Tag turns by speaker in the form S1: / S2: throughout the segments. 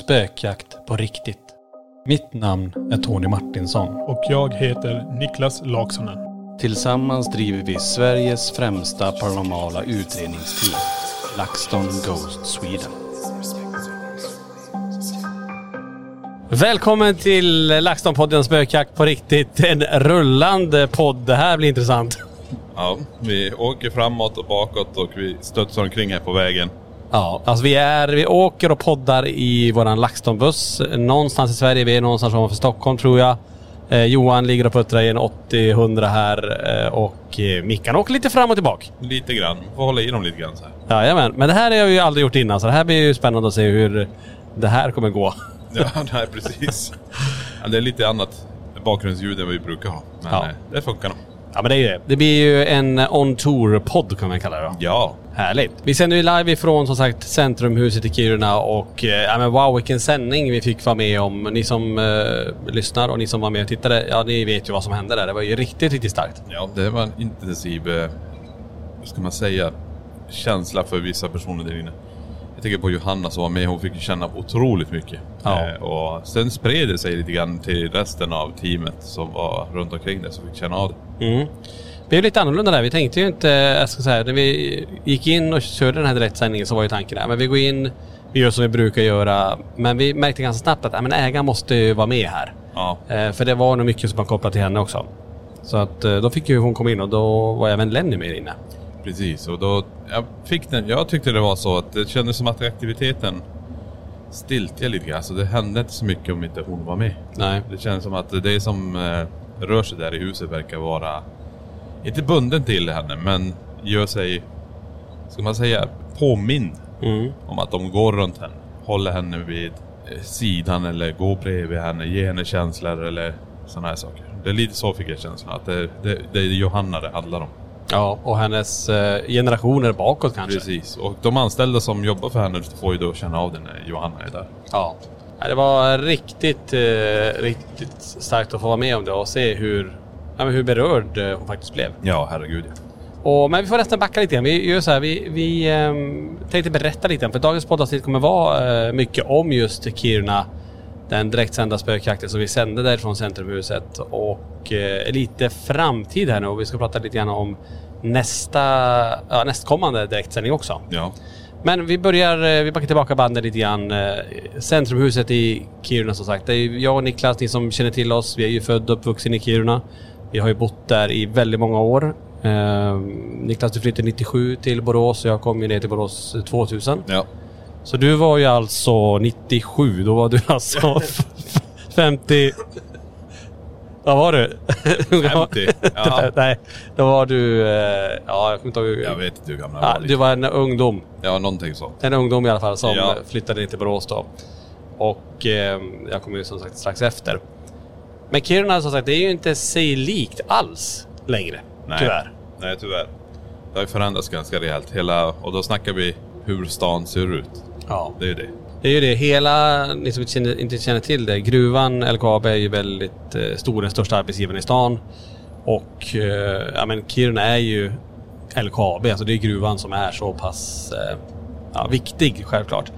S1: Spökjakt på riktigt. Mitt namn är Tony Martinsson.
S2: Och jag heter Niklas Laksonen.
S1: Tillsammans driver vi Sveriges främsta paranormala utredningsteam. LaxTon Ghost Sweden. Välkommen till LaxTon-podden Spökjakt på riktigt. En rullande podd. Det här blir intressant.
S3: Ja, vi åker framåt och bakåt och vi studsar omkring här på vägen.
S1: Ja, alltså vi, är, vi åker och poddar i våran LaxTon-buss. Någonstans i Sverige. Vi är någonstans ovanför Stockholm tror jag. Eh, Johan ligger och puttrar i en 80-100 här eh, och eh, Mickan åker lite fram och tillbaka.
S3: Lite grann. Vi får hålla i dem lite grann så här.
S1: Jajamän, men det här har jag ju aldrig gjort innan så det här blir ju spännande att se hur det här kommer gå.
S3: Ja, nej, precis. Ja, det är lite annat bakgrundsljud än vad vi brukar ha. Men
S1: Ja.
S3: eh, det funkar nog.
S1: Ja men det är ju det. Det blir ju en on tour-podd kan man kalla det då.
S3: Ja.
S1: Härligt. Vi sänder ju live ifrån som sagt Centrumhuset i Kiruna och eh, ja, men wow vilken sändning vi fick vara med om. Ni som eh, lyssnar och ni som var med och tittade, ja ni vet ju vad som hände där. Det var ju riktigt, riktigt starkt.
S3: ja, det var en intensiv, eh, vad ska man säga, känsla för vissa personer där inne. Jag tänker på Johanna som var med. Hon fick ju känna otroligt mycket.
S1: Ja.
S3: Eh, och sen spred det sig lite grann till resten av teamet som var runt omkring det som fick känna av det.
S1: Det är ju lite annorlunda där. Vi tänkte ju inte, jag ska säga, när vi gick in och körde den här direktsändningen så var ju tanken att vi går in, vi gör som vi brukar göra. Men vi märkte ganska snabbt att ja, men ägaren måste ju vara med här.
S3: Ja.
S1: Eh, för det var nog mycket som var kopplat till henne också. Så att eh, då fick ju hon komma in och då var även Lenny med inne.
S3: Precis, och då jag fick den. Jag tyckte det var så att det kändes som att aktiviteten stiltjade lite grann. Alltså det hände inte så mycket om inte hon var med.
S1: Nej.
S3: Det kändes som att det som eh, rör sig där i huset verkar vara, inte bunden till henne, men gör sig, ska man säga, påmind
S1: Mm.
S3: om att de går runt henne. Håller henne vid eh, sidan eller går bredvid henne, ger henne känslor eller sådana här saker. Det är lite så fick jag känslan, att det, det, det är Johanna det handlar om.
S1: Ja, och hennes eh, generationer bakåt kanske.
S3: Precis, och de anställda som jobbar för henne får ju då känna av det när Johanna är där.
S1: Ja. Ja, Det var riktigt, eh, riktigt starkt att få vara med om det och se hur, ja, men hur berörd eh, hon faktiskt blev.
S3: Ja, herregud ja.
S1: Och, men vi får nästan backa lite grann. Vi, gör så här, vi, vi ehm, tänkte berätta lite grann, för dagens poddavsnitt kommer vara eh, mycket om just Kiruna. Den direktsända spökjakten som vi sände därifrån Centrumhuset. Och eh, lite framtid här nu och vi ska prata lite grann om nästa, ja, nästkommande direktsändning också.
S3: Ja,
S1: Men vi börjar, eh, vi backar tillbaka bandet lite grann. Eh, Centrumhuset i Kiruna som sagt. Det är ju jag och Niklas, ni som känner till oss, vi är ju född och uppvuxen i Kiruna. Vi har ju bott där i väldigt många år. Eh, Niklas du flyttade 97 till Borås och jag kom ju ner till Borås 2000.
S3: ja.
S1: Så du var ju alltså 97, då var du alltså 50... Vad var du?
S3: 50. Ja.
S1: Nej, då var du... eh, Ja, jag kommer inte ihåg.
S3: Jag vet inte hur gammal jag
S1: Ja,
S3: var.
S1: du
S3: Liksom.
S1: var en ungdom.
S3: Ja, någonting sånt.
S1: En ungdom i alla fall som
S3: Ja.
S1: flyttade in till Borås då. Och eh, jag kom ju som sagt strax efter. Men Kiruna som sagt, det är ju inte sig likt alls längre.
S3: Nej.
S1: Tyvärr.
S3: Nej, tyvärr. Det har ju förändrats ganska rejält. Hela, och då snackar vi hur stan ser ut.
S1: Ja.
S3: Det är ju det.
S1: Det är ju det, hela, ni som inte känner, inte känner till det, gruvan LKAB är ju väldigt eh, stor, den största arbetsgivaren i stan. Och eh, ja, men Kiruna är ju LKAB, alltså det är gruvan som är så pass eh, ja, viktig självklart.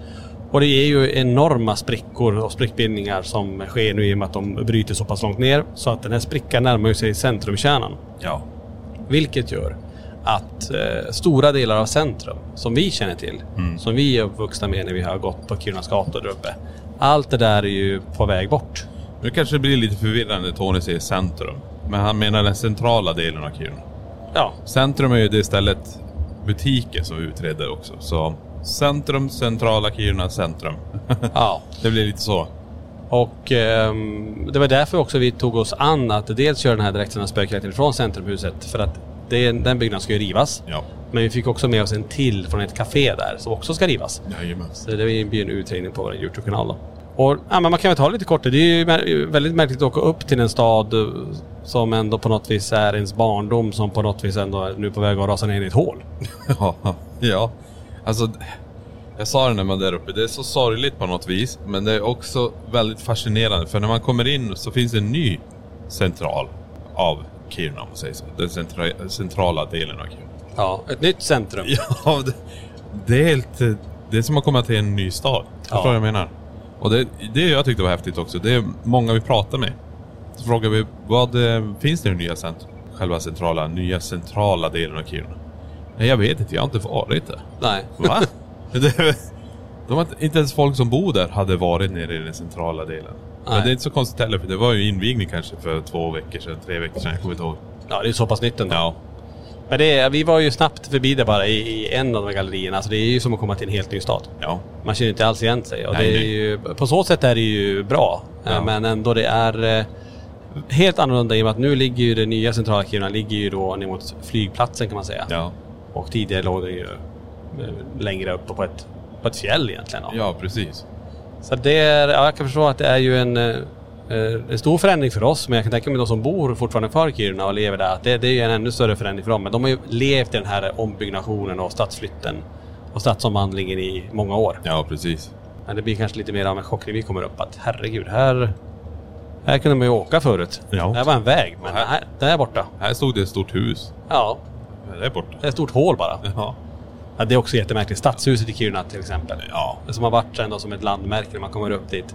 S1: Och det är ju enorma sprickor och sprickbildningar som sker nu i och med att de bryter så pass långt ner. Så att den här sprickan närmar ju sig centrumkärnan.
S3: Ja.
S1: Vilket gör att eh, stora delar av centrum som vi känner till, som vi är uppvuxna med när vi har gått på Kirunas gator där uppe. Allt det där är ju på väg bort.
S3: Nu kanske det blir lite förvirrande Tony säger centrum. Men han menar den centrala delen av Kiruna.
S1: Ja,
S3: Centrum är ju det stället butiker som vi utreder också. Så centrum, centrala Kiruna, centrum.
S1: ja.
S3: det blir lite så.
S1: Och ehm, det var därför också vi tog oss an att dels göra den här direktsända spökjakten från Centrumhuset för att det, den byggnaden ska ju rivas.
S3: Ja.
S1: Men vi fick också med oss en till från ett café där som också ska rivas.
S3: Jajamän.
S1: Så det blir en utredning på vår Youtube-kanal då. Och, ja, men man kan väl ta det lite kort. Det är ju mär- väldigt märkligt att åka upp till en stad eh, som ändå på något vis är ens barndom som på något vis ändå är nu på väg att rasa ner i ett hål.
S3: Ja, ja. Alltså, jag sa det när man där uppe, det är så sorgligt på något vis, men det är också väldigt fascinerande. För när man kommer in så finns det en ny central av Kiruna, om man säger så. Den centra- centrala delen av Kiruna.
S1: Ja, ett nytt centrum.
S3: Ja, det, det är helt... eh, Det är som att komma till en ny stad. Förstår
S1: Ja.
S3: du vad jag menar? Och det, det jag tyckte var häftigt också, det är många vi pratar med. Så frågar vi, vad eh, finns det i nya centrum? Själva centrala, nya centrala delen av Kiruna. Nej, jag vet inte, jag har inte varit där.
S1: Nej.
S3: Va? Det- De har inte- inte ens folk som bor där hade varit nere i den centrala delen.
S1: Nej.
S3: Men det är inte så konstigt heller, för det var ju invigning kanske för två veckor sedan, tre veckor sedan, jag kommer inte ihåg.
S1: Ja, det är så pass nytt ändå.
S3: Ja.
S1: Men det, är- vi var ju snabbt förbi det bara i, i en av de här gallerierna. Alltså det är ju som att komma till en helt ny stad.
S3: Ja.
S1: Man känner inte alls igen sig. Och
S3: Nej,
S1: det är
S3: nej.
S1: ju, på så sätt är det ju bra. Eh,
S3: Ja.
S1: Men ändå det är eh, helt annorlunda i och med att nu ligger ju det nya centrala Kiruna ligger ju då ner mot flygplatsen kan man säga.
S3: Ja.
S1: Och tidigare låg det ju eh, längre uppe på ett, på ett fjäll egentligen. ja.
S3: Ja, precis.
S1: Så det är, ja, jag kan förstå att det är ju en, eh, eh, en stor förändring för oss. Men jag kan tänka mig de som bor fortfarande kvar i Kiruna och lever där. Att det, det är ju en ännu större förändring för dem. Men de har ju levt i den här ombyggnationen och stadsflytten och stadsomvandlingen i många år.
S3: Ja, precis.
S1: Men det blir kanske lite mer av en chock när vi kommer upp. Att herregud, här, här kunde man ju åka förut.
S3: Ja.
S1: Det här var en väg, men
S3: Här-
S1: här, där borta.
S3: Här stod det ett stort hus.
S1: Ja,
S3: Ja, Där borta.
S1: det är ett stort hål bara.
S3: Ja.
S1: Ja, det är också jättemärkligt. Stadshuset i Kiruna till exempel.
S3: Ja.
S1: Som har varit ändå som ett landmärke när man kommer upp dit.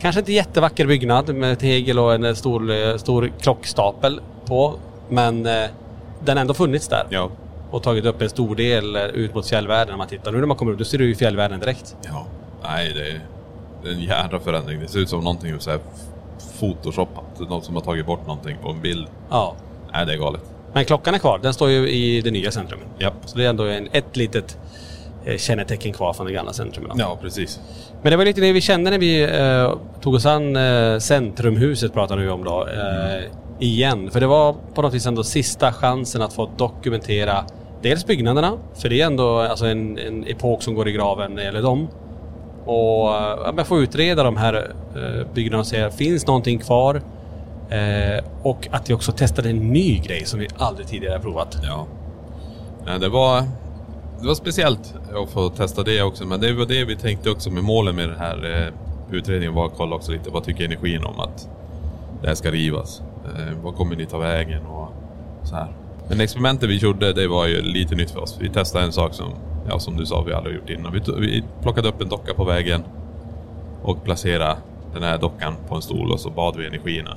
S1: Kanske inte jättevacker byggnad med tegel och en eh, stor, eh, stor klockstapel på. Men eh, den har ändå funnits där.
S3: Ja.
S1: Och tagit upp en stor del eh, ut mot fjällvärlden. Om man tittar nu när man kommer upp, då ser du ju fjällvärlden direkt.
S3: Ja. Nej, det är, det är en jädra förändring. Det ser ut som någonting ur så här photoshopat. Någon som har tagit bort någonting på en bild.
S1: Ja.
S3: Nej, det är galet.
S1: Men klockan är kvar. Den står ju i det nya centrumet.
S3: Japp.
S1: Så det är ändå en, ett litet eh, kännetecken kvar från det gamla centrumet.
S3: Ja, precis.
S1: Men det var lite det vi kände när vi eh, tog oss an eh, Centrumhuset pratar vi om då. Eh, igen. För det var på något vis ändå sista chansen att få dokumentera dels byggnaderna, för det är ändå alltså en, en epok som går i graven när det gäller dem. Och eh, ja, men få utreda de här eh, byggnaderna och se, finns någonting kvar? Eh, och att vi också testade en ny grej som vi aldrig tidigare har provat.
S3: Ja. Nej, det var... Det var speciellt att få testa det också, men det var det vi tänkte också med målen med den här eh, utredningen var att kolla också lite vad tycker energin om att det här ska rivas. Eh, vad kommer ni ta vägen och så här. Men experimentet vi gjorde, det var ju lite nytt för oss. Vi testade en sak som, ja som du sa, vi aldrig gjort innan. Vi, to- vi plockade upp en docka på vägen och placerade den här dockan på en stol och så bad vi energierna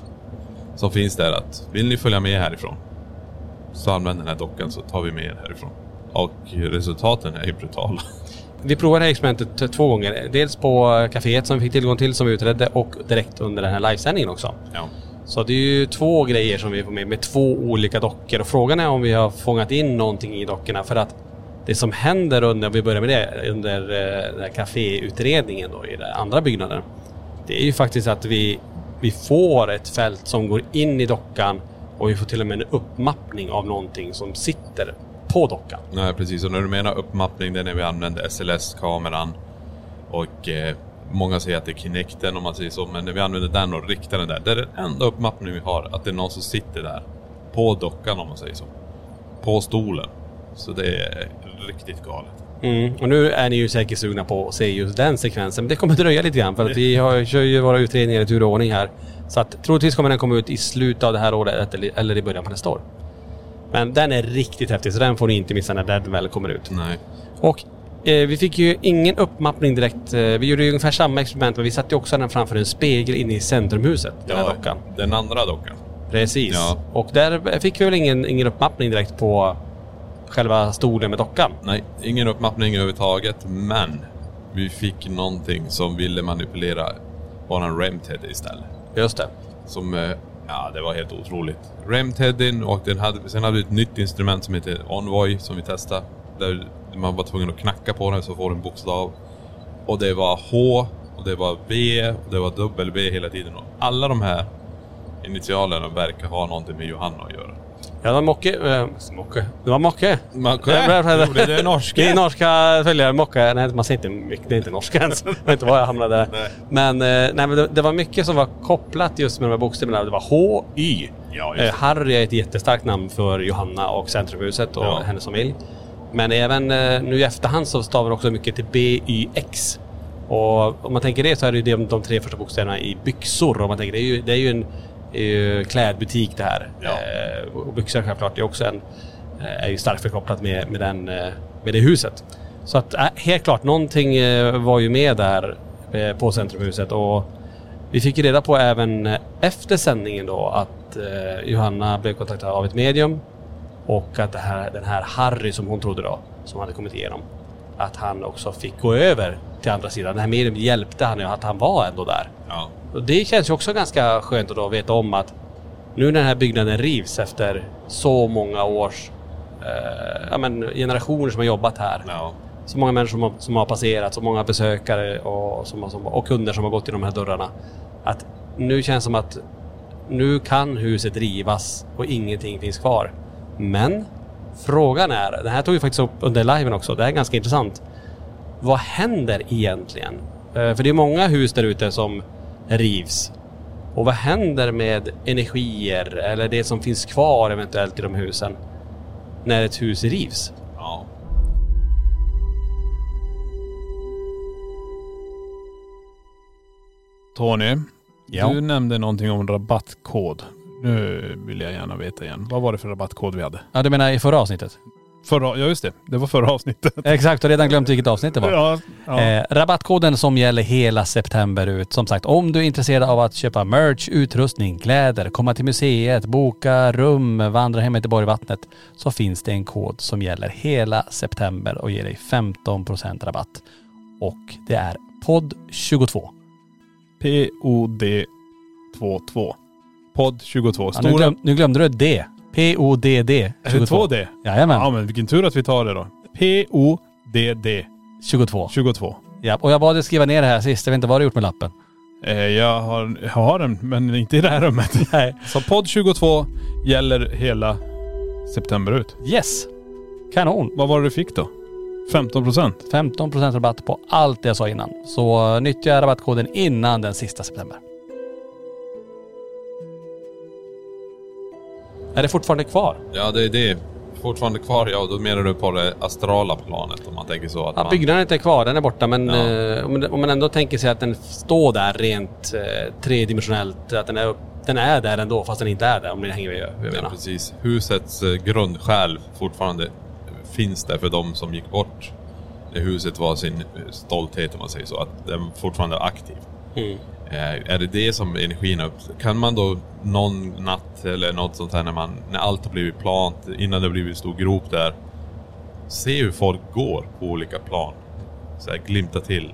S3: som finns där att vill ni följa med härifrån så använd den här dockan så tar vi med er härifrån. Och resultaten är ju brutala.
S1: Vi provade det här experimentet två gånger. Dels på eh, kaféet som vi fick tillgång till som vi utredde och direkt under den här livesändningen också.
S3: Ja.
S1: Så det är ju två grejer som vi får med, med två olika dockor. Och frågan är om vi har fångat in någonting i dockorna. För att det som händer under, om vi börjar med det, under eh, den här kaféutredningen då i den andra byggnaden. Det är ju faktiskt att vi vi får ett fält som går in i dockan och vi får till och med en uppmappning av någonting som sitter på dockan.
S3: Nej, precis. Och när du menar uppmappning, det är när vi använder SLS-kameran. Och eh, många säger att det är Kinecten om man säger så, men när vi använder den och riktar den där. Det är den enda uppmappning vi har, att det är någon som sitter där. På dockan om man säger så. På stolen. Så det är riktigt galet.
S1: Mm. Och nu är ni ju säkert sugna på att se just den sekvensen. Men det kommer dröja lite grann för att vi har, kör ju våra utredningar i tur och ordning här. Så att troligtvis kommer den komma ut i slutet av det här året eller- eller i början på nästa år. Men den är riktigt häftig så den får ni inte missa när den väl kommer ut.
S3: Nej.
S1: Och eh, vi fick ju ingen uppmappning direkt. Eh, vi gjorde ju ungefär samma experiment men vi satte ju också den framför en spegel inne i centrumhuset. Den här dockan.
S3: Den andra dockan.
S1: Precis.
S3: Ja.
S1: Och där fick vi väl ingen, ingen uppmappning direkt på själva stolen med dockan.
S3: Nej, ingen uppmappning överhuvudtaget, men vi fick någonting som ville manipulera våran REM-Teddy istället.
S1: Just det.
S3: Som, eh, ja det var helt otroligt. REM-Teddyn och den hade, sen hade vi ett nytt instrument som heter Envoy som vi testade. Där man var tvungen att knacka på den så får du en bokstav. Och det var H, och det var V, och det var W hela tiden. Och alla de här initialerna verkar ha någonting med Johanna att göra.
S1: Ja, det var Mocke. Eh, Mocke. Det var Mocke.
S3: Mocke.
S1: Det är-
S3: Äh, Jo, det- det är norska.
S1: Det är norska följare. Mocke. Nej, man säger inte mycket. Det är inte norska ens. Jag vet inte var jag hamnade där.
S3: Nej.
S1: Men, eh, nej, men det, det var mycket som var kopplat just med de här bokstäverna. Det var H, Y.
S3: Ja, just
S1: Eh, Harry är ett jättestarkt namn för Johanna och Centrumhuset och
S3: Ja.
S1: hennes familj. Men även eh, nu i efterhand så stavar det också mycket till BYX. Och om man tänker det så är det ju de, de tre första bokstäverna i byxor. Om man tänker, det, är ju, det är ju en eh, klädbutik det här.
S3: Ja.
S1: Eh, och byxor självklart är också en, eh, är ju starkt förkopplat med, med, den, eh, med det huset. Så att eh, helt klart, någonting eh, var ju med där eh, på Centrumhuset. Och vi fick ju reda på även eh, efter sändningen då att eh, Johanna blev kontaktad av ett medium och att det här, den här Harry som hon trodde då, som hade kommit igenom, att han också fick gå över till andra sidan. Det här medium hjälpte han ju, att han var ändå där.
S3: Ja.
S1: Och det känns ju också ganska skönt att då veta om att nu när den här byggnaden rivs efter så många års eh, ja, men generationer som har jobbat här.
S3: ja.
S1: Så många människor som har, som har passerat, så många besökare och, som, har- som, och kunder som har gått i de här dörrarna. Att nu känns det som att nu kan huset rivas och ingenting finns kvar. Men frågan är, det här tog vi faktiskt upp under liven också, det här är ganska intressant. Vad händer egentligen? Eh, För det är många hus där ute som rivs. Och vad händer med energier eller det som finns kvar eventuellt i de husen när ett hus rivs?
S3: ja.
S2: Tony,
S1: Ja.
S2: du nämnde någonting om rabattkod. Nu vill jag gärna veta igen. Vad var det för rabattkod vi hade?
S1: Ja, du menar i förra avsnittet?
S2: Förra, ja just det, det var förra avsnittet.
S1: Exakt, och redan glömt vilket avsnitt det var.
S2: Ja, ja.
S1: Eh, rabattkoden som gäller hela september ut. Som sagt, om du är intresserad av att köpa merch, utrustning, kläder, komma till museet, boka rum, vandra hem till Borgvattnet så finns det en kod som gäller hela september och ger dig 15% rabatt. Och det är podd22.
S2: POD 22. Podd 22.
S1: Ja, nu,
S2: Stora...
S1: glöm, nu glömde du ett D. P-O-D-D.
S2: är det två D?
S1: Jajamän.
S2: Ja men vilken tur att vi tar det då. PODD
S1: 22.
S2: 22.
S1: Ja, och jag bad dig skriva ner det här sist. Jag vet inte vad du gjort med lappen.
S2: Eh, jag, har, jag har den men inte i det här rummet.
S1: Nej.
S2: Så podd 22 gäller hela september ut.
S1: Yes! Kanon!
S2: Vad var det du fick då? 15 procent?
S1: 15% rabatt på allt det jag sa innan. Så eh, nyttja rabattkoden innan den sista september. Är det fortfarande kvar?
S3: Ja, det är det. Fortfarande kvar, ja då menar du på det astrala planet om man tänker så. Att
S1: Ja,
S3: man,
S1: byggnaden är inte kvar, den är borta. Men
S3: Ja.
S1: eh, om, om man ändå tänker sig att den står där rent eh, tredimensionellt. Att den är, upp, den är där ändå fast den inte är där om ni hänger med hur jag
S3: ja,
S1: menar.
S3: precis. Husets eh, grundsjäl fortfarande finns där för de som gick bort. När huset var sin eh, stolthet om man säger så. Att den fortfarande är aktiv. Eh, är det det som energin upp... Kan man då någon natt eller något sånt här när, man, när allt har blivit plant, innan det har blivit stor grop där. Se hur folk går på olika plan. Så här glimta till.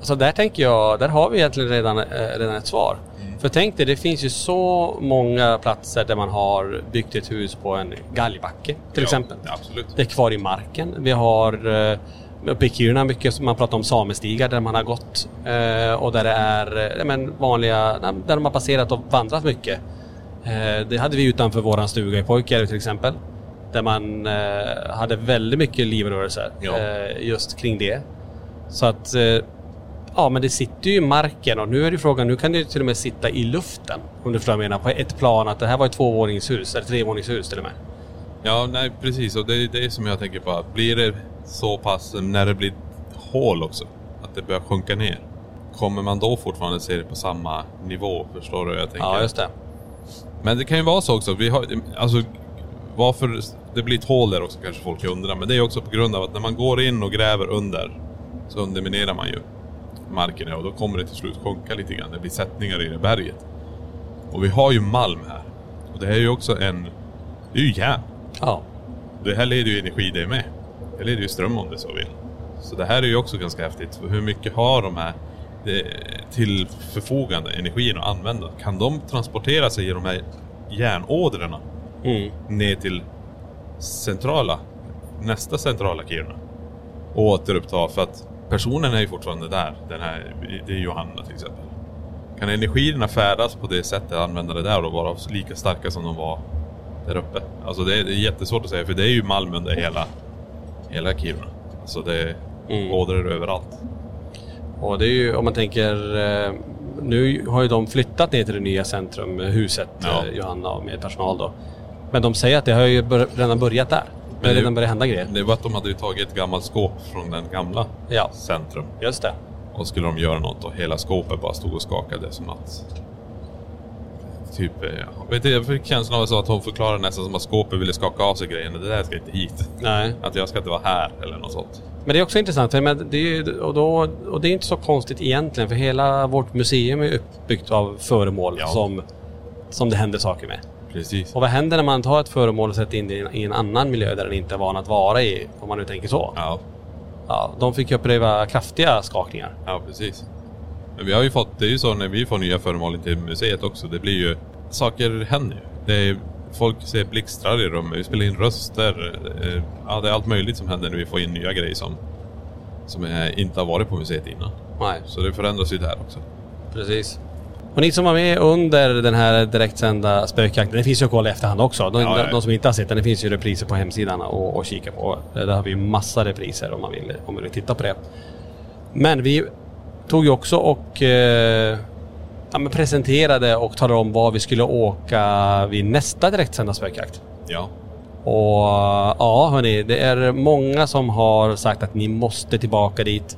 S1: Så där tänker jag, där har vi egentligen redan, eh, redan ett svar. För tänk dig, det finns ju så många platser där man har byggt ett hus på en galgbacke till
S3: Ja,
S1: exempel.
S3: Absolut.
S1: Det är kvar i marken. Vi har eh, uppe i Kiruna mycket, som man pratar om samestigar där man har gått eh, och där det är eh, men vanliga, där de har passerat och vandrat mycket. Eh, det hade vi utanför våran stuga i Pojkjärv till exempel. Där man eh, hade väldigt mycket livrörelser
S3: Ja.
S1: eh, just kring det. Så att eh, Ja men det sitter ju i marken och nu är det frågan, nu kan det ju till och med sitta i luften. Om du förstår vad jag menar, på ett plan att det här var ett tvåvåningshus eller trevåningshus till och med.
S3: Ja, nej precis. Och det är det är som jag tänker på. Att blir det så pass, när det blir hål också, att det börjar sjunka ner. Kommer man då fortfarande se det på samma nivå? Förstår du vad jag tänker?
S1: Ja just det.
S3: Men det kan ju vara så också. Vi har, alltså, varför det blir ett hål där också kanske folk undrar. Men det är också på grund av att när man går in och gräver under så underminerar man ju marken här och då kommer det till slut sjunka lite grann. Det blir sättningar i det berget. Och vi har ju malm här. Och det här är ju också en... Det är ju järn.
S1: Ja.
S3: Det här leder ju energi det med. Det leder ju ström om det så vill. Så det här är ju också ganska häftigt. Hur mycket har de här eh, till förfogande, energin att använda? Kan de transportera sig i de här järnådrorna
S1: Mm.
S3: ner till centrala, nästa centrala Kiruna? Och återuppta för att personen är ju fortfarande där. Den här, det är Johanna till exempel. Kan energierna färdas på det sättet, använda det där och vara lika starka som de var där uppe? Alltså det är, det är jättesvårt att säga för det är ju malm under hela, hela Kiruna. Alltså det
S1: Mm.
S3: ådror överallt.
S1: Och det är ju om man tänker, eh, nu har ju de flyttat ner till det nya centrumhuset,
S3: Ja.
S1: eh, Johanna och med personal då. Men de säger att det har ju bör- redan börjat där. Det har
S3: det-
S1: redan börjat hända grejer.
S3: Det var att de hade ju tagit ett gammalt skåp från den gamla
S1: Ja.
S3: centrum
S1: Just det.
S3: och skulle de göra något och hela skåpet bara stod och skakade som att... Typ, eh, jag vet inte, jag fick känslan av att hon förklarade nästan som att skåpet ville skaka av sig grejerna. Det där ska inte hit.
S1: Nej.
S3: Att jag ska inte vara här eller något sånt.
S1: Men det är också intressant, för men det är, ju- och, då, och det är inte så konstigt egentligen för hela vårt museum är uppbyggt av föremål
S3: Ja.
S1: som, som det händer saker med.
S3: Precis.
S1: Och vad händer när man tar ett föremål och sätter in det i en- i en annan miljö där den inte är van att vara i, om man nu tänker så.
S3: Ja,
S1: Ja, de fick ju uppleva kraftiga skakningar.
S3: ja precis. Men vi har ju fått, det är ju så när vi får nya föremål till museet också. Det blir ju, saker händer ju. Det är, folk ser blixtrar i rummet, vi spelar in röster. eh, Ja, det är allt möjligt som händer när vi får in nya grejer som, som eh, inte har varit på museet innan.
S1: Nej,
S3: Så det förändras ju där också.
S1: precis. Och ni som var med under den här direktsända spökjakten, den finns ju att kolla i efterhand också. De,
S3: Ja, ja.
S1: de som inte har sett den, det finns ju repriser på hemsidan och, och kika på. Eh, Där har vi ju massa repriser om man vill, om man vill titta på det. Men vi tog ju också och eh, ja, men presenterade och talade om var vi skulle åka vid nästa direktsända spökjakt.
S3: Ja,
S1: Och ja, hörni, det är många som har sagt att ni måste tillbaka dit.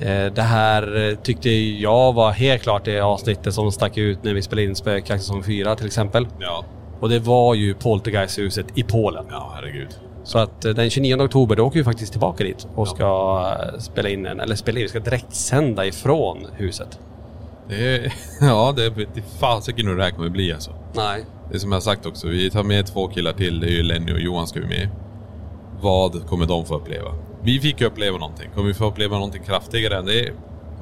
S1: Eh, Det här eh, tyckte jag var helt klart det avsnittet som stack ut när vi spelade in Spökjakt som 4 till exempel.
S3: ja.
S1: Och det var ju Poltergeisthuset i Polen.
S3: Ja, herregud.
S1: Så att eh, den 29 oktober då åker vi faktiskt tillbaka dit och ska eh, spela in en, eller spela in, vi ska direktsända ifrån huset.
S3: Det är, ja, det är fasiken hur det här kommer bli alltså.
S1: Nej.
S3: Det är som jag sagt också, vi tar med två killar till. Det är ju Lenny och Johan ska vi med. Vad kommer de få uppleva? Vi fick ju uppleva någonting. Kommer vi få uppleva någonting kraftigare än det?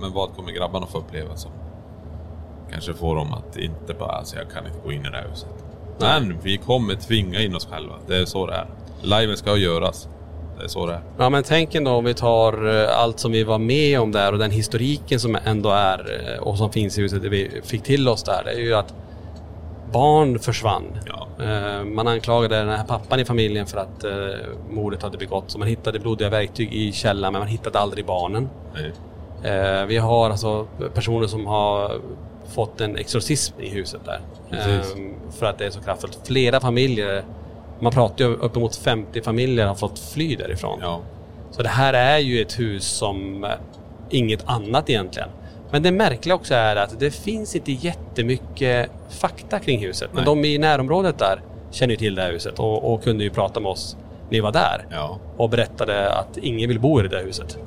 S3: Men vad kommer grabbarna få uppleva som kanske får dem att inte bara, alltså jag kan inte gå in i det här huset. Men vi kommer tvinga in oss själva. Det är så det är. Liven ska göras. Det är så det är.
S1: Ja men tänk ändå om vi tar eh, allt som vi var med om där och den historiken som ändå är eh, och som finns i huset det vi fick till oss där. Det är ju att barn försvann.
S3: Ja.
S1: Eh, Man anklagade den här pappan i familjen för att eh, mordet hade begåtts. och Man hittade blodiga verktyg i källaren men man hittade aldrig barnen.
S3: Nej.
S1: Eh, Vi har alltså personer som har fått en exorcism i huset där.
S3: Precis.
S1: Ehm, För att det är så kraftfullt. Flera familjer, man pratar ju uppemot 50 familjer har fått fly därifrån.
S3: Ja.
S1: Så det här är ju ett hus som eh, inget annat egentligen. Men det märkliga också är att det finns inte jättemycket fakta kring huset. Men
S3: Nej.
S1: de i närområdet där känner ju till det här huset och, och kunde ju prata med oss när vi var där.
S3: Ja.
S1: Och berättade att ingen vill bo i det där huset.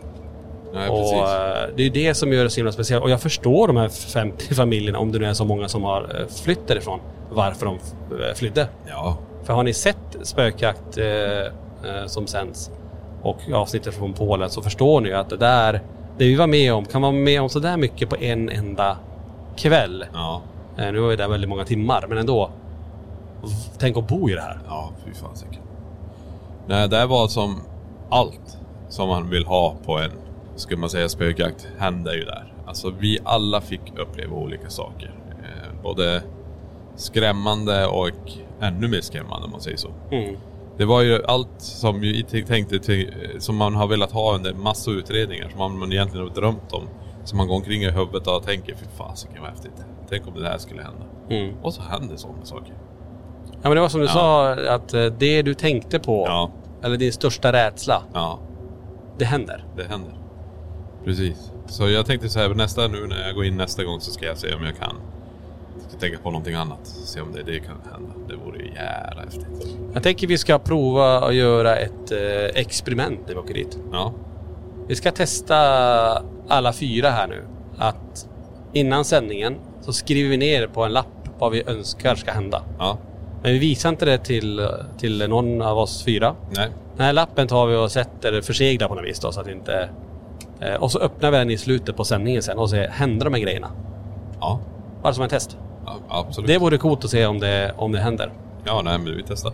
S3: Nej,
S1: och
S3: precis.
S1: eh, det är ju det som gör det så himla speciellt. Och jag förstår de här 50 familjerna, om det nu är så många som har eh, flytt därifrån, varför de eh, flydde.
S3: Ja.
S1: För har ni sett Spökjakt eh, eh, som sänds och avsnittet från Polen så förstår ni ju att det där, det vi var med om, kan man vara med om sådär mycket på en enda kväll.
S3: Ja.
S1: Eh, nu var vi där väldigt många timmar, men ändå. V- Tänk att bo i det här.
S3: Ja, fy fasiken. Nej, det här var som allt. som man vill ha på en, skulle man säga, spökjakt händer ju där. Alltså vi alla fick uppleva olika saker. Eh, både skrämmande och ännu mer skrämmande om man säger så. Det var ju allt som, ju i- tänkte, till- som man har velat ha under massor av utredningar som man- man egentligen har drömt om. Som man går omkring i huvudet och tänker, fy fasiken vad häftigt. Tänk om det här skulle hända. Och så händer sådana saker.
S1: Ja men det var som du sa att eh, det du tänkte på,
S3: Ja,
S1: eller din största rädsla,
S3: ja.
S1: det händer.
S3: det händer. Precis. Så jag tänkte så här, nästa nu när jag går in nästa gång så ska jag se om jag kan. Jag ska tänka på någonting annat. Se om det, det kan hända. Det vore ju jävla häftigt.
S1: Jag tänker vi ska prova att göra ett eh, experiment när vi åker dit.
S3: Ja,
S1: Vi ska testa alla fyra här nu. Att innan sändningen så skriver vi ner på en lapp vad vi önskar ska hända.
S3: ja,
S1: Men vi visar inte det till, till någon av oss fyra.
S3: nej.
S1: Den här lappen tar vi och sätter förseglar på något vis då, så att det inte... Eh, och så öppnar vi den i slutet på sändningen sen och ser, händer de här grejerna?
S3: Ja,
S1: Bara som en test.
S3: ja absolut.
S1: Det vore coolt att se om det, om det händer.
S3: Ja, nej men vi testar.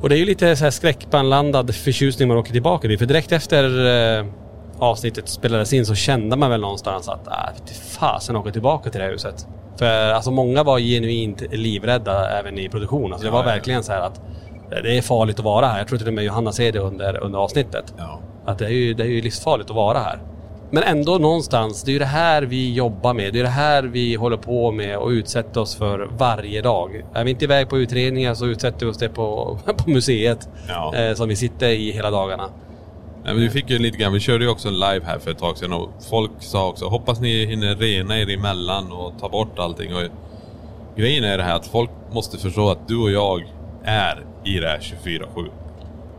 S1: Och det är ju lite så här skräckblandad förtjusning man åker tillbaka till. För direkt efter eh, avsnittet spelades in så kände man väl någonstans att äh, fy fasen åker tillbaka till det här huset. För alltså många var genuint livrädda även i produktion. Alltså det
S3: Ja,
S1: var
S3: ja, ja.
S1: verkligen så här att eh, det är farligt att vara här. Jag tror till och med Johanna säger det under, under avsnittet.
S3: Ja.
S1: Att det är, ju, det är ju livsfarligt att vara här. Men ändå någonstans, det är ju det här vi jobbar med. Det är det här vi håller på med och utsätter oss för varje dag. Är vi inte iväg på utredningar så utsätter vi oss det på, på museet.
S3: Ja.
S1: Eh, som vi sitter i hela dagarna.
S3: Nej, men vi fick ju lite grann, vi körde ju också en live här för ett tag sedan och folk sa också hoppas ni hinner rena er emellan och ta bort allting. Och grejen är det här att folk måste förstå att du och jag är i det här 24-7.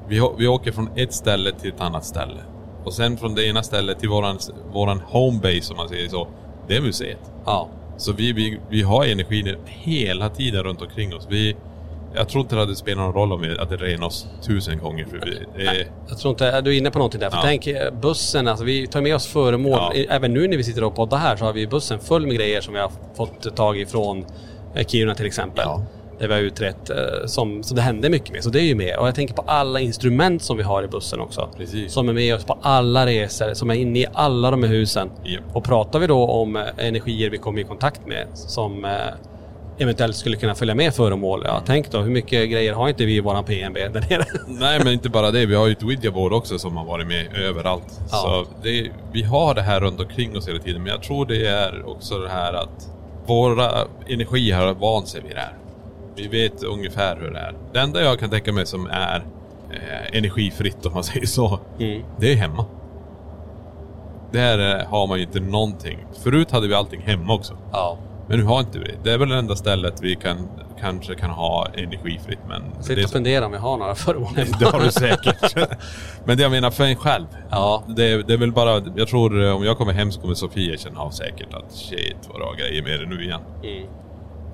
S3: Vi, å- vi åker från ett ställe till ett annat ställe. Och sen från det ena stället till våran, våran homebase om man säger så, det är museet.
S1: Ja.
S3: Så vi, vi, vi har energin hela tiden runt omkring oss. Vi, jag tror inte det hade spelat någon roll om vi hade renat oss tusen gånger. För vi, eh,
S1: Jag tror inte du är inne på någonting där. För
S3: Ja.
S1: tänk eh, bussen, alltså vi tar med oss föremål.
S3: Ja.
S1: I- Även nu när vi sitter och poddar här så har vi bussen full med grejer som vi har fått tag i från eh, Kiruna till exempel.
S3: Ja.
S1: Där vi har utrett, eh, som, så det händer mycket med. Så det är ju med. Och jag tänker på alla instrument som vi har i bussen också.
S3: Precis.
S1: Som är med oss på alla resor, som är inne i alla de här husen.
S3: Japp.
S1: Och pratar vi då om eh, energier vi kommer i kontakt med som eh, eventuellt skulle kunna följa med föremål. Ja, tänk då, hur mycket grejer har inte vi i våran PNB där nere?
S3: Nej men inte bara det, vi har ju ett Ouija-board också som har varit med överallt.
S1: Ja.
S3: Så det, vi har det här runt omkring oss hela tiden men jag tror det är också det här att våra energi har vant sig vid det här. Vi vet ungefär hur det är. Det enda jag kan tänka mig som är eh, energifritt om man säger så,
S1: Mm.
S3: det är hemma. Där eh, har man ju inte någonting. Förut hade vi allting hemma också.
S1: Ja.
S3: Men nu har inte vi det. Det är väl det enda stället vi kan, kanske kan ha energifritt men... det
S1: Sitta
S3: är
S1: och
S3: så-
S1: fundera om vi har några föremål hemma.
S3: det har du säkert. Men det jag menar för en själv.
S1: Ja.
S3: Det, det är väl bara, jag tror eh, om jag kommer hem så kommer Sofia känna av säkert att shit vad du har grejer med det nu igen.
S1: Mm.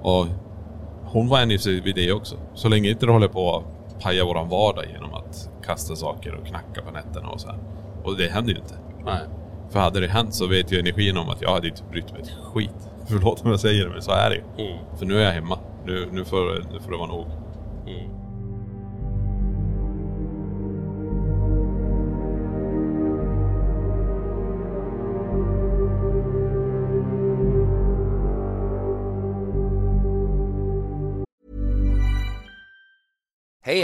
S3: Och hon vänjer sig vid det också. Så länge inte det håller på att paja våran vardag genom att kasta saker och knacka på nätterna och så här. Och det händer ju inte.
S1: Nej.
S3: För hade det hänt så vet ju energin om att jag hade inte brytt mig ett skit. Förlåt om jag säger det men så är det ju.
S1: Mm.
S3: För nu är jag hemma. Nu, nu, får, nu får det vara nog.
S4: Hey,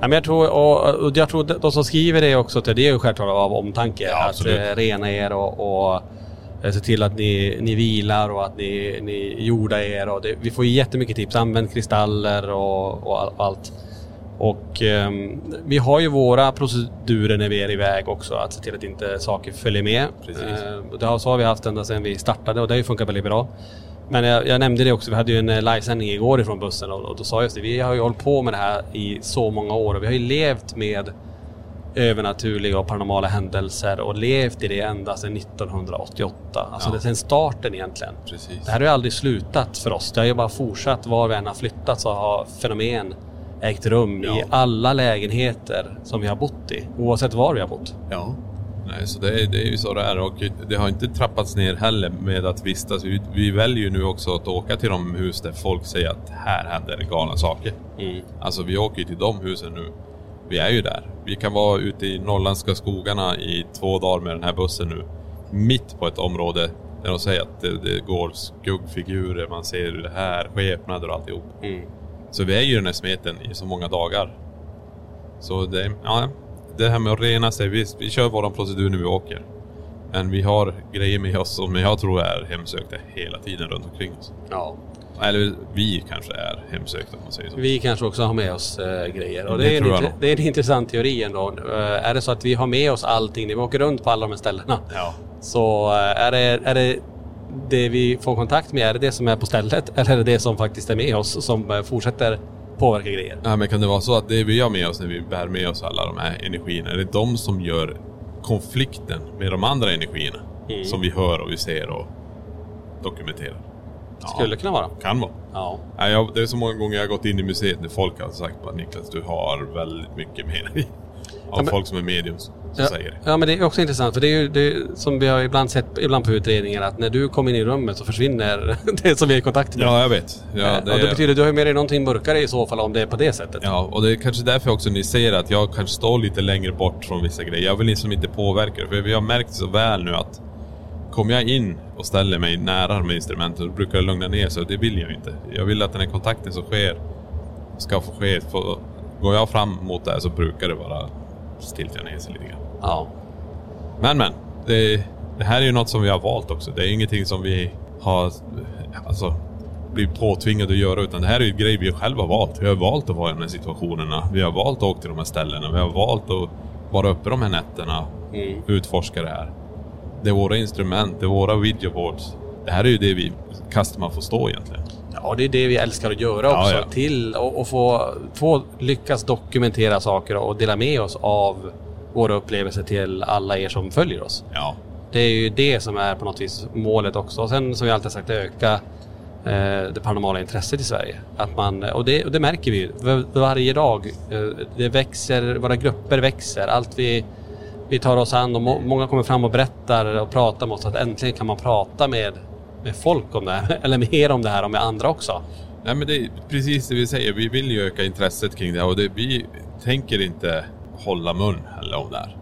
S1: men jag tror, och, och jag tror de de som skriver det också, till, det är ju självklart av omtanke.
S3: Ja,
S1: att
S3: absolut.
S1: eh, rena er och, och eh, se till att ni, ni vilar och att ni, ni jordar er. Och det, vi får ju jättemycket tips. Använd kristaller och, och all- allt. Och ehm, vi har ju våra procedurer när vi är iväg också, att se till att inte saker följer med.
S3: Precis.
S1: Eh, och det har- så har vi haft ända sedan vi startade och det har ju funkat väldigt bra. Men jag, jag nämnde det också, vi hade ju en eh, livesändning igår ifrån bussen och, och då sa jag just det, vi har ju hållit på med det här i så många år och vi har ju levt med övernaturliga och paranormala händelser och levt i det ända sedan 1988. Alltså
S3: Ja.
S1: det är sedan starten egentligen.
S3: Precis.
S1: Det här har ju aldrig slutat för oss. Det har ju bara fortsatt var vi än har flyttat så har fenomen ägt rum i alla lägenheter som vi har bott i. Oavsett var vi har bott.
S3: Ja. Nej, så det är, det är ju så det är och det har inte trappats ner heller med att vistas. Vi, vi väljer ju nu också att åka till de hus där folk säger att här händer galna saker. Alltså vi åker ju till de husen nu. Vi är ju där. Vi kan vara ute i norrländska skogarna i två dagar med den här bussen nu. Mitt på ett område där de säger att det, det går skuggfigurer, man ser det här, skepnader och alltihop. Så vi är ju i den här smeten i så många dagar. Så det, ja, det här med att rena sig, vi, vi kör våran procedur när vi åker. Men vi har grejer med oss som jag tror är hemsökta hela tiden runt omkring oss.
S1: Ja.
S3: Eller vi kanske är hemsökta om man säger så.
S1: Vi kanske också har med oss eh, grejer. Och det,
S3: Det
S1: är en,
S3: tror jag
S1: intre-
S3: nog.
S1: det är en intressant teori ändå. Eh, är det så att vi har med oss allting när vi åker runt på alla de här ställena?
S3: Ja.
S1: Så eh, är det, är det det vi får kontakt med, är det det som är på stället? Eller är det det som faktiskt är med oss som eh, fortsätter påverka grejer?
S3: Nej, men kan det vara så att det vi har med oss när vi bär med oss alla de här energierna, är det de som gör konflikten med de andra energierna? Som vi hör och vi ser och dokumenterar. Ja,
S1: Skulle kunna vara.
S3: kan vara.
S1: Ja.
S3: Nej, jag, det är så många gånger jag har gått in i museet när folk har sagt att Niklas, du har väldigt mycket med dig. Av
S1: men-
S3: folk som är mediums som
S1: Ja,
S3: säger det.
S1: ja, men det är också intressant för det är ju det är, som vi har ibland sett ibland på utredningar att när du kommer in i rummet så försvinner det som vi är i kontakt med.
S3: Ja, jag vet. Ja,
S1: Eh,
S3: det
S1: och det
S3: är,
S1: betyder att du har ju med dig någonting mörkare i så fall om det är på det sättet.
S3: ja, och det är kanske därför också ni ser att jag kanske står lite längre bort från vissa grejer. Jag vill liksom inte påverka det, för vi har märkt så väl nu att kommer jag in och ställer mig nära med instrumenten så brukar det lugna ner sig och det vill jag ju inte. Jag vill att den här kontakten som sker ska få ske. För går jag fram mot det här så brukar det vara stiltja ner sig lite grann.
S1: Ja.
S3: Men men, det, det här är ju något som vi har valt också. Det är ingenting som vi har alltså, blivit påtvingade att göra utan det här är ju grejer vi själva har valt. Vi har valt att vara i de här situationerna. Vi har valt att åka till de här ställena. Vi har valt att vara uppe de här nätterna och utforska det här. Det är våra instrument, det är våra videoboards. Det här är ju det vi kastar man får stå egentligen.
S1: Ja, det är det vi älskar att göra
S3: Ja,
S1: också.
S3: ja.
S1: Till och, och få, få lyckas dokumentera saker och dela med oss av våra upplevelser till alla er som följer oss.
S3: Ja,
S1: Det är ju det som är på något vis målet också. Och sen som jag alltid har sagt, öka eh, det paranormala intresset i Sverige. Att man, och, det, och det märker vi ju. Var- Varje dag. Eh, det växer, våra grupper växer. Allt vi, vi tar oss an och må, många kommer fram och berättar och pratar med oss. Att äntligen kan man prata med, med folk om det här. Eller mer om det här och med andra också.
S3: Nej men det är precis det vi säger. Vi vill ju öka intresset kring det här och det, vi tänker inte hålla mun heller om det här.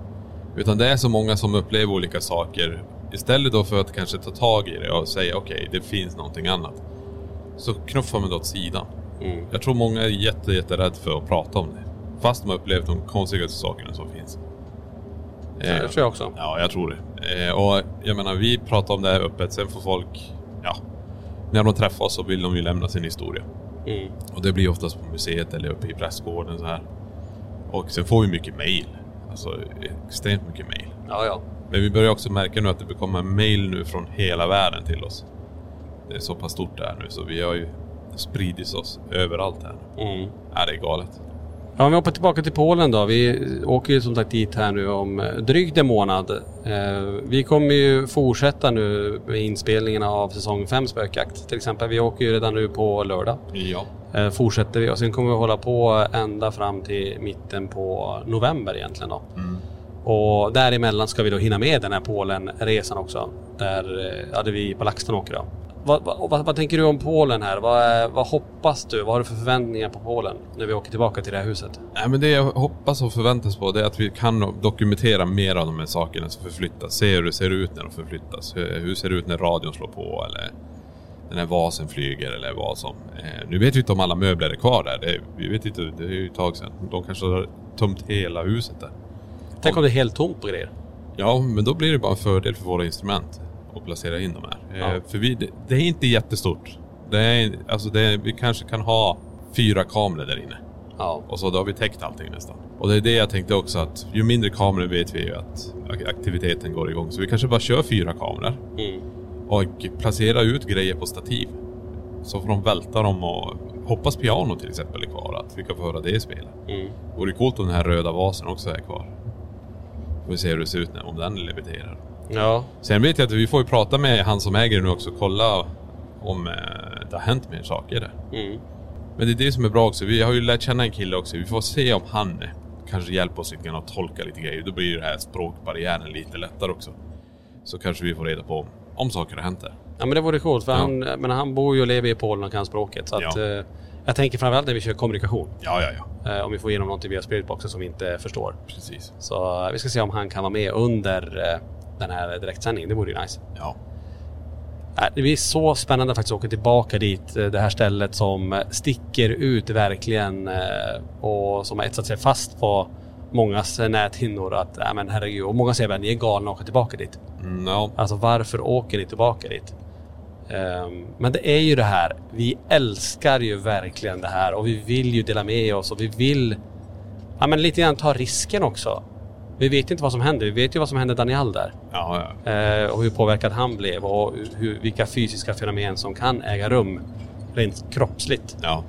S3: Utan det är så många som upplever olika saker. Istället då för att kanske ta tag i det och säga okej, det finns någonting annat. Så knuffar man det åt sidan.
S1: Mm.
S3: Jag tror många är jätte, jätterädda för att prata om det. Fast de har upplevt de konstigaste sakerna som finns.
S1: Det tror jag också.
S3: Ja, jag tror det. Eh, och jag menar, vi pratar om det här öppet. Sen får folk, ja, när de träffar oss så vill de ju lämna sin historia.
S1: Mm.
S3: Och det blir oftast på museet eller uppe i prästgården så här. Och sen får vi mycket mail. Alltså extremt mycket mail.
S1: Ja, ja.
S3: Men vi börjar också märka nu att det kommer mail nu från hela världen till oss. Det är så pass stort det här nu så vi har ju spridits oss överallt här.
S1: Mm.
S3: Ja, det är galet.
S1: Ja, om vi hoppar tillbaka till Polen då. Vi åker ju som sagt dit här nu om eh, drygt en månad. Eh, Vi kommer ju fortsätta nu med inspelningarna av säsong 5 spökjakt till exempel. Vi åker ju redan nu på lördag.
S3: Ja.
S1: Eh, Fortsätter vi och sen kommer vi hålla på ända fram till mitten på november egentligen då. Och däremellan ska vi då hinna med den här Polenresan också. Där eh, ja, det är vi på LaxTon åker då. Vad, vad, vad, vad tänker du om Polen här? Vad, är- vad hoppas du? Vad har du för förväntningar på Polen när vi åker tillbaka till det här huset?
S3: Nej, men det jag hoppas och förväntas på det är att vi kan dokumentera mer av de här sakerna som förflyttas. Se hur det ser ut när de förflyttas. Hur hur ser det ut när radion slår på eller den här vasen flyger eller vad som. Eh, nu vet vi inte om alla möbler är kvar där. Det, vi vet inte, det är ju ett tag sedan. De kanske har tömt hela huset där.
S1: Tänk om det är helt tomt på grejer.
S3: Ja, men då blir det bara en fördel för våra instrument att placera in dem här. Eh,
S1: Ja.
S3: För vi, det, det är inte jättestort. Det är, alltså det är, vi kanske kan ha fyra kameror där inne.
S1: Ja.
S3: Och så då har vi täckt allting nästan. Och det är det jag tänkte också att ju mindre kameror vet vi ju att ak- aktiviteten går igång. Så vi kanske bara kör fyra kameror. Och placera ut grejer på stativ. Så får de välta dem och hoppas piano till exempel är kvar. Att vi kan få höra det spela.
S1: Mm.
S3: Vore coolt om den här röda vasen också är kvar. Får vi se hur det ser ut när, om den leviterar.
S1: Ja.
S3: Sen vet jag att vi får ju prata med han som äger det nu också och kolla om eh, det har hänt mer saker där.
S1: Mm.
S3: Men det är det som är bra också. Vi har ju lärt känna en kille också. Vi får se om han eh, kanske hjälper oss lite grann att tolka lite grejer. Då blir ju den här språkbarriären lite lättare också. Så kanske vi får reda på om, om saker har hänt där.
S1: Ja men det vore coolt för
S3: Ja.
S1: han, men han bor ju och lever i Polen och kan språket. Så att,
S3: Ja.
S1: eh, jag tänker framförallt när vi kör kommunikation.
S3: Ja, ja, ja.
S1: Eh, om vi får igenom någonting via spiritboxen som vi inte förstår.
S3: Precis.
S1: Så eh, vi ska se om han kan vara med under eh, den här direktsändningen. Det vore ju nice.
S3: Ja.
S1: Äh, Det blir så spännande faktiskt att åka tillbaka dit. eh, Det här stället som eh, sticker ut verkligen eh, och som har etsat sig fast på mångas eh, näthinnor. Att, äh, men herregud. Och många säger att ni är galna och åker tillbaka dit.
S3: Mm, ja.
S1: Alltså varför åker ni tillbaka dit? Ehm, men det är ju det här. Vi älskar ju verkligen det här och vi vill ju dela med oss och vi vill ja, men lite grann ta risken också. Vi vet inte vad som händer. Vi vet ju vad som hände Daniel där.
S3: Ja, ja.
S1: Eh, och hur påverkad han blev och hur, vilka fysiska fenomen som kan äga rum rent kroppsligt.
S3: Ja.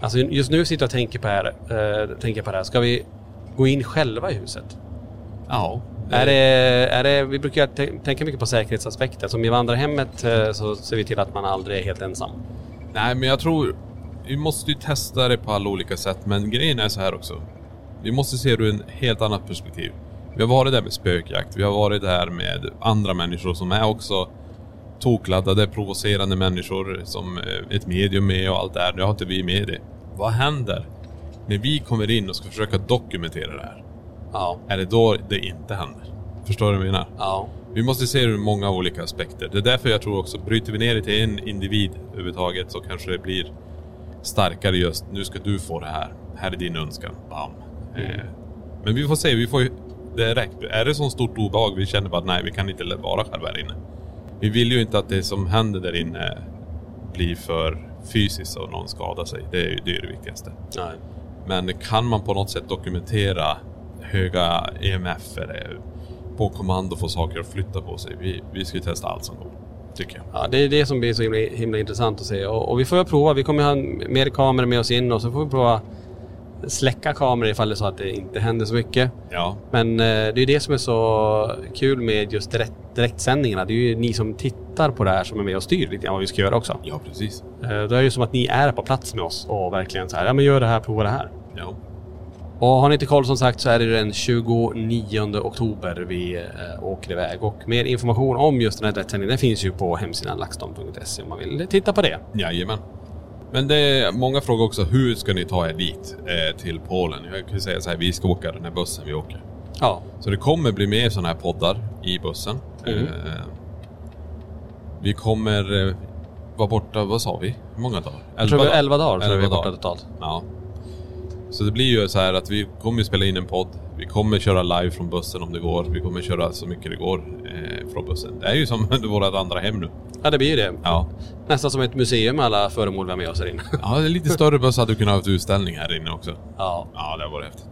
S1: Alltså just nu sitter jag och tänker på, här, eh, tänker på det här. Ska vi gå in själva i huset?
S3: Ja.
S1: Är det, är det, vi brukar tä- tänka mycket på säkerhetsaspekter. Som i vandrarhemmet eh, så ser vi till att man aldrig är helt ensam.
S3: Nej, men jag tror... Vi måste ju testa det på alla olika sätt, men grejen är så här också. Vi måste se det ur en helt annat perspektiv. Vi har varit där med spökjakt, vi har varit där med andra människor som är också tokladdade, provocerande människor som eh, ett medium är och allt det här. Nu har inte vi med det. Vad händer när vi kommer in och ska försöka dokumentera det här?
S1: Ja.
S3: Är det då det inte händer? Förstår du vad jag menar?
S1: Ja.
S3: Vi måste se det ur många olika aspekter. Det är därför jag tror också, bryter vi ner det till en individ överhuvudtaget så kanske det blir starkare just, nu ska du få det här. Här är din önskan. Bam. Eh, men vi får se, vi får ju direkt. Är det så stort obehag vi känner bara att nej, vi kan inte vara själva här inne. Vi vill ju inte att det som händer där inne blir för fysiskt och någon skadar sig. Det är ju det, är det viktigaste.
S1: Nej.
S3: Men kan man på något sätt dokumentera höga EMF eller på kommando få saker att flytta på sig? Vi, vi ska ju testa allt som går, tycker jag.
S1: Ja, det är det som blir så himla, himla intressant att se. Och, och vi får väl prova. Vi kommer ha en- mer kameror med oss in och så får vi prova släcka kameror ifall det är så att det inte händer så mycket.
S3: Ja,
S1: Men eh, det är det som är så kul med just direkt, direktsändningarna. Det är ju ni som tittar på det här som är med och styr lite grann vad vi ska göra också.
S3: ja precis.
S1: Eh, Då är det ju som att ni är på plats med oss och verkligen så här, ja men gör det här, prova det här.
S3: Ja,
S1: Och har ni inte koll som sagt så är det den 29 oktober vi eh, åker iväg. Och mer information om just den här direktsändningen den finns ju på hemsidan laxton.se om man vill titta på det.
S3: jajamän. Men det är många frågor också. Hur ska ni ta er dit eh, till Polen? Jag kan ju säga så här, vi ska åka den här bussen vi åker.
S1: Ja,
S3: Så det kommer bli mer sådana här poddar i bussen.
S1: Mm.
S3: Eh, vi kommer eh, vara borta, vad sa vi? Hur många dagar?
S1: jag tror vi har 11 dagar, tror vi är
S3: 11
S1: borta totalt.
S3: Ja. Så det blir ju så här att vi kommer ju spela in en podd. Vi kommer köra live från bussen om det går. Vi kommer köra så mycket det går eh, från bussen. Det är ju som vårt andra hem nu.
S1: Ja, det blir ju det.
S3: Ja.
S1: Nästan som ett museum med alla föremål vi har med oss här inne.
S3: Ja, en lite större buss hade du kunnat ha haft utställning här inne också.
S1: ja.
S3: Ja, det var häftigt.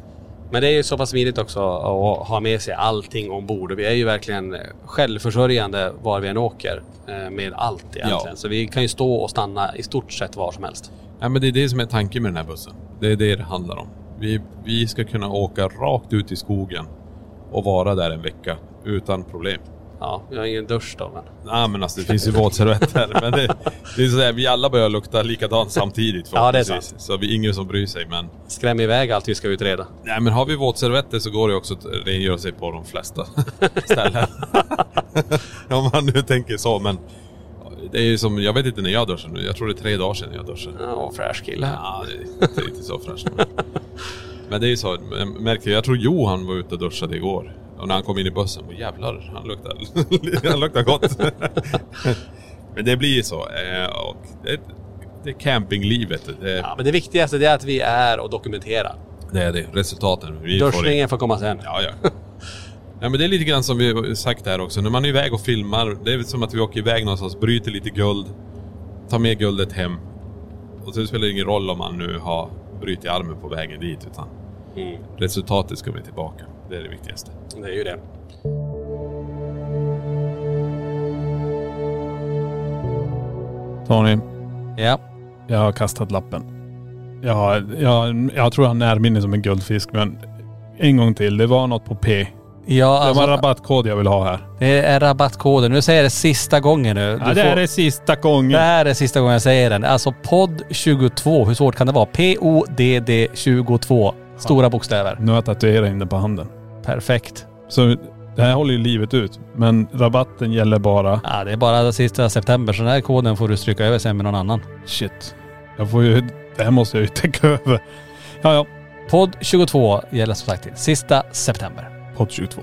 S1: Men det är ju så pass smidigt också att ha med sig allting ombord. Och Vi är ju verkligen självförsörjande var vi än åker eh, med allt egentligen.
S3: Ja.
S1: Så vi kan ju stå och stanna i stort sett var som helst.
S3: Ja, men det är det som är tanken med den här bussen. Det är det det handlar om. Vi, vi ska kunna åka rakt ut i skogen och vara där en vecka utan problem.
S1: Ja, jag har ingen dusch då men.
S3: Ja men alltså det finns ju våtservetter. men det, det är så här, vi alla börjar lukta likadant samtidigt
S1: Ja, det är
S3: förhoppningsvis. Så vi är ingen som bryr sig men...
S1: Skräm iväg allt vi ska utreda.
S3: Nej men har vi våtservetter så går det också att rengöra sig på de flesta ställen. Om man nu tänker så men... Det är ju som, jag vet inte när jag duschade nu. Jag tror det är tre dagar sedan jag duschade.
S1: Ja, fräsch kille.
S3: Ja, det, det är inte så fräscht. Men det är ju så, jag märkte jag, jag tror Johan var ute och duschade igår. Och när han kom in i bussen, och jävlar, han luktar, han luktar gott. Men det blir ju så. eh, Och det, det är campinglivet. Det,
S1: Ja, men det viktigaste det är att vi är och dokumenterar.
S3: det är det. Resultaten. Vi får-
S1: Duschningen får komma sen.
S3: Ja, ja. Ja, men det är lite grann som vi har sagt här också. När man är iväg och filmar, det är som att vi åker iväg någonstans, bryter lite guld, tar med guldet hem. Och sen spelar det ingen roll om man nu har brutit armen på vägen dit, utan
S1: Mm.
S3: resultatet ska bli tillbaka. Det är det viktigaste.
S1: Det är ju det.
S2: Tony,
S1: Ja.
S2: jag har kastat lappen. Jag, har, jag, jag tror jag har närminne som en guldfisk, men en gång till. Det var något på P. Det
S1: Ja,
S2: var en
S1: alltså,
S2: rabattkod jag vill ha här.
S1: det är rabattkoden. Nu säger jag det sista gången nu.
S2: Ja, det är det sista
S3: Mm.
S1: Det
S2: gången.
S1: här är sista gången jag säger den. Alltså podd 22. Hur svårt kan det vara? P-O-D-D 22. Stora bokstäver.
S2: Nu har jag tatuerat in det på handen.
S1: Perfekt.
S2: Så det här håller ju livet ut. Men rabatten gäller bara...
S1: Ja, det är bara det sista september, så den här koden får du stryka över sen med någon annan.
S2: Shit. Jag får ju... Det här måste jag ju täcka över. Ja, ja.
S1: Podd 22 gäller som sagt till sista september.
S2: Podd 22.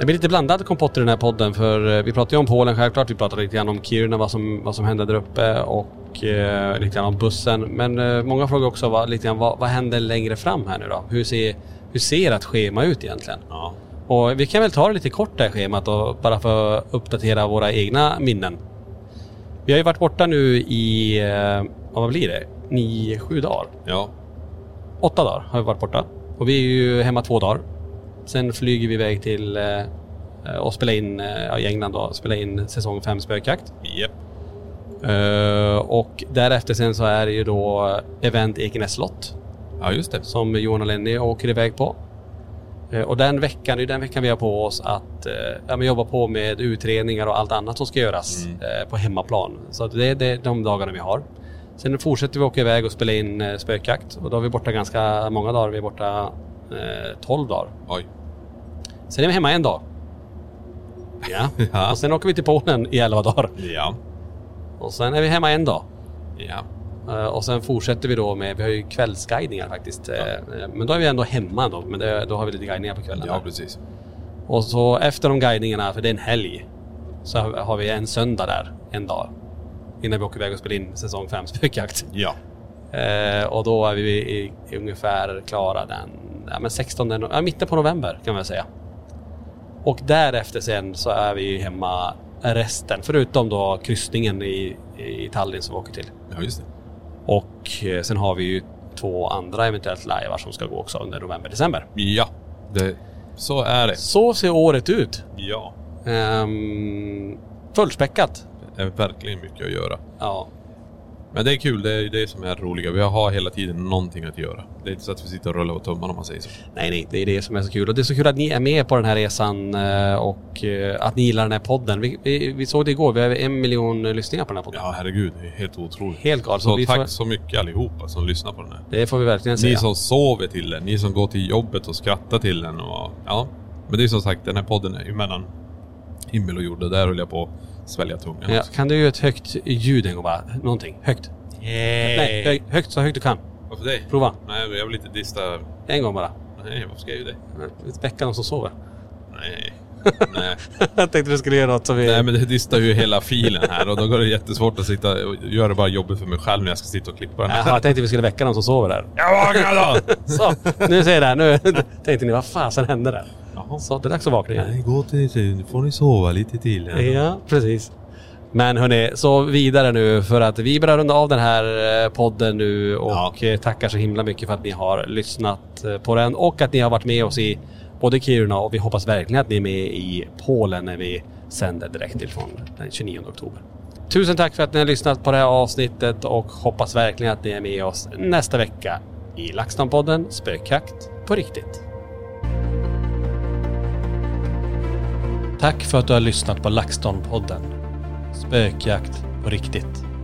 S1: Det blir lite blandad kompott i den här podden för eh, vi pratar ju om Polen självklart. Vi pratar lite grann om Kiruna, vad som, vad som hände där uppe och eh, lite grann om bussen. Men eh, många frågar också vad, lite grann, vad, vad händer längre fram här nu då? Hur ser, hur ser ett schema ut egentligen?
S3: Ja.
S1: Och vi kan väl ta det lite kort det här schemat och bara för att uppdatera våra egna minnen. Vi har ju varit borta nu i, eh, ja, vad blir det? Nio, sju dagar?
S3: Ja.
S1: Åtta dagar har vi varit borta. Och vi är ju hemma två dagar. Sen flyger vi iväg till eh, och spelar in, eh, ja, i England då, spelar in säsong 5 spökjakt.
S3: Japp.
S1: Eh, och därefter sen så är det ju då event Ekenäs slott
S3: Ja, just det.
S1: som Johan och Lenny åker iväg på. Eh, Och den veckan, det är den veckan vi har på oss att eh, ja, men jobba på med utredningar och allt annat som ska göras
S3: Mm.
S1: eh, på hemmaplan. Så att det, är- det är de dagarna vi har. Sen fortsätter vi åka iväg och spela in eh, spökjakt och då är vi borta ganska många dagar. Vi är borta eh, 12 dagar.
S3: Oj.
S1: Sen är vi hemma en dag. Ja.
S3: Ja.
S1: Och sen åker vi till Polen i 11 dagar.
S3: Ja.
S1: Och sen är vi hemma en dag.
S3: Ja.
S1: Eh, Och sen fortsätter vi då med, vi har ju kvällsguidningar faktiskt. Eh, eh, Men då är vi ändå hemma då, men det, då har vi lite guidningar på kvällen.
S3: Ja,
S1: där.
S3: precis.
S1: och så efter de guidningarna, för det är en helg, så har- har vi en söndag där, en dag. Innan vi åker iväg och spelar in säsong 5 spökjakt.
S3: Ja.
S1: Eh, och då är vi i, i ungefär klara den ja, men 16, no- ja, mitten på november kan man säga. Och därefter sen så är vi ju hemma resten, förutom då kryssningen i, i Tallinn som vi åker till.
S3: Ja, just det.
S1: Och eh, sen har vi ju två andra eventuellt livear som ska gå också under november-december.
S3: Ja. Det, så är det.
S1: Så ser året ut.
S3: Ja.
S1: Ehm, fullspäckat.
S3: Det är verkligen mycket att göra.
S1: Ja.
S3: Men det är kul, det är det som är roliga. Vi har hela tiden någonting att göra. Det är inte så att vi sitter och rullar på tummarna om man säger så.
S1: Nej, nej, det är det som är så kul. Och det är så kul att ni är med på den här resan eh, och eh, att ni gillar den här podden. Vi, vi, vi såg det igår, vi har över en miljon lyssningar på den här podden.
S3: Ja, herregud. Det är helt otroligt.
S1: Helt galet. Så
S3: Så
S1: vi
S3: tack
S1: får-
S3: så mycket allihopa som lyssnar på den här.
S1: Det får vi verkligen
S3: Ni
S1: säga.
S3: som sover till den, ni som går till jobbet och skrattar till den och ja. Men det är som sagt, den här podden är ju mellan himmel och jord och där höll jag på att svälja tungan.
S1: Ja, kan du göra ett högt ljud en gång bara? Någonting. Högt. Nej, hö, högt. Så högt du kan.
S3: Varför dig?
S1: Prova.
S3: Nej, jag vill inte dista...
S1: En gång bara.
S3: Nej, varför ska jag göra det?
S1: Väcka någon som sover.
S3: Nej. Nej.
S1: jag tänkte du skulle göra något som vi...
S3: Nej men det distar ju hela filen här och då går det jättesvårt att sitta och göra det bara jobbigt för mig själv när jag ska sitta och klippa den
S1: Jaha,
S3: här.
S1: jag tänkte vi skulle väcka någon som sover där.
S3: Jag vaknar då!
S1: Så, nu ser jag det. här. Nu tänkte ni, vad fasen hände där? Så, det är dags att vakna igen.
S3: gå till... Nu får ni sova lite till.
S1: Ja, precis. Men hörni, så vidare nu för att vi börjar runda av den här eh, podden nu och eh, tackar så himla mycket för att ni har lyssnat eh, på den och att ni har varit med oss i både Kiruna och vi hoppas verkligen att ni är med i Polen när vi sänder direkt ifrån den 29 oktober. Tusen tack för att ni har lyssnat på det här avsnittet och hoppas verkligen att ni är med oss nästa vecka i LaxTon-podden Spökjakt på riktigt. Tack för att du har lyssnat på LaxTon-podden. Spökjakt på riktigt.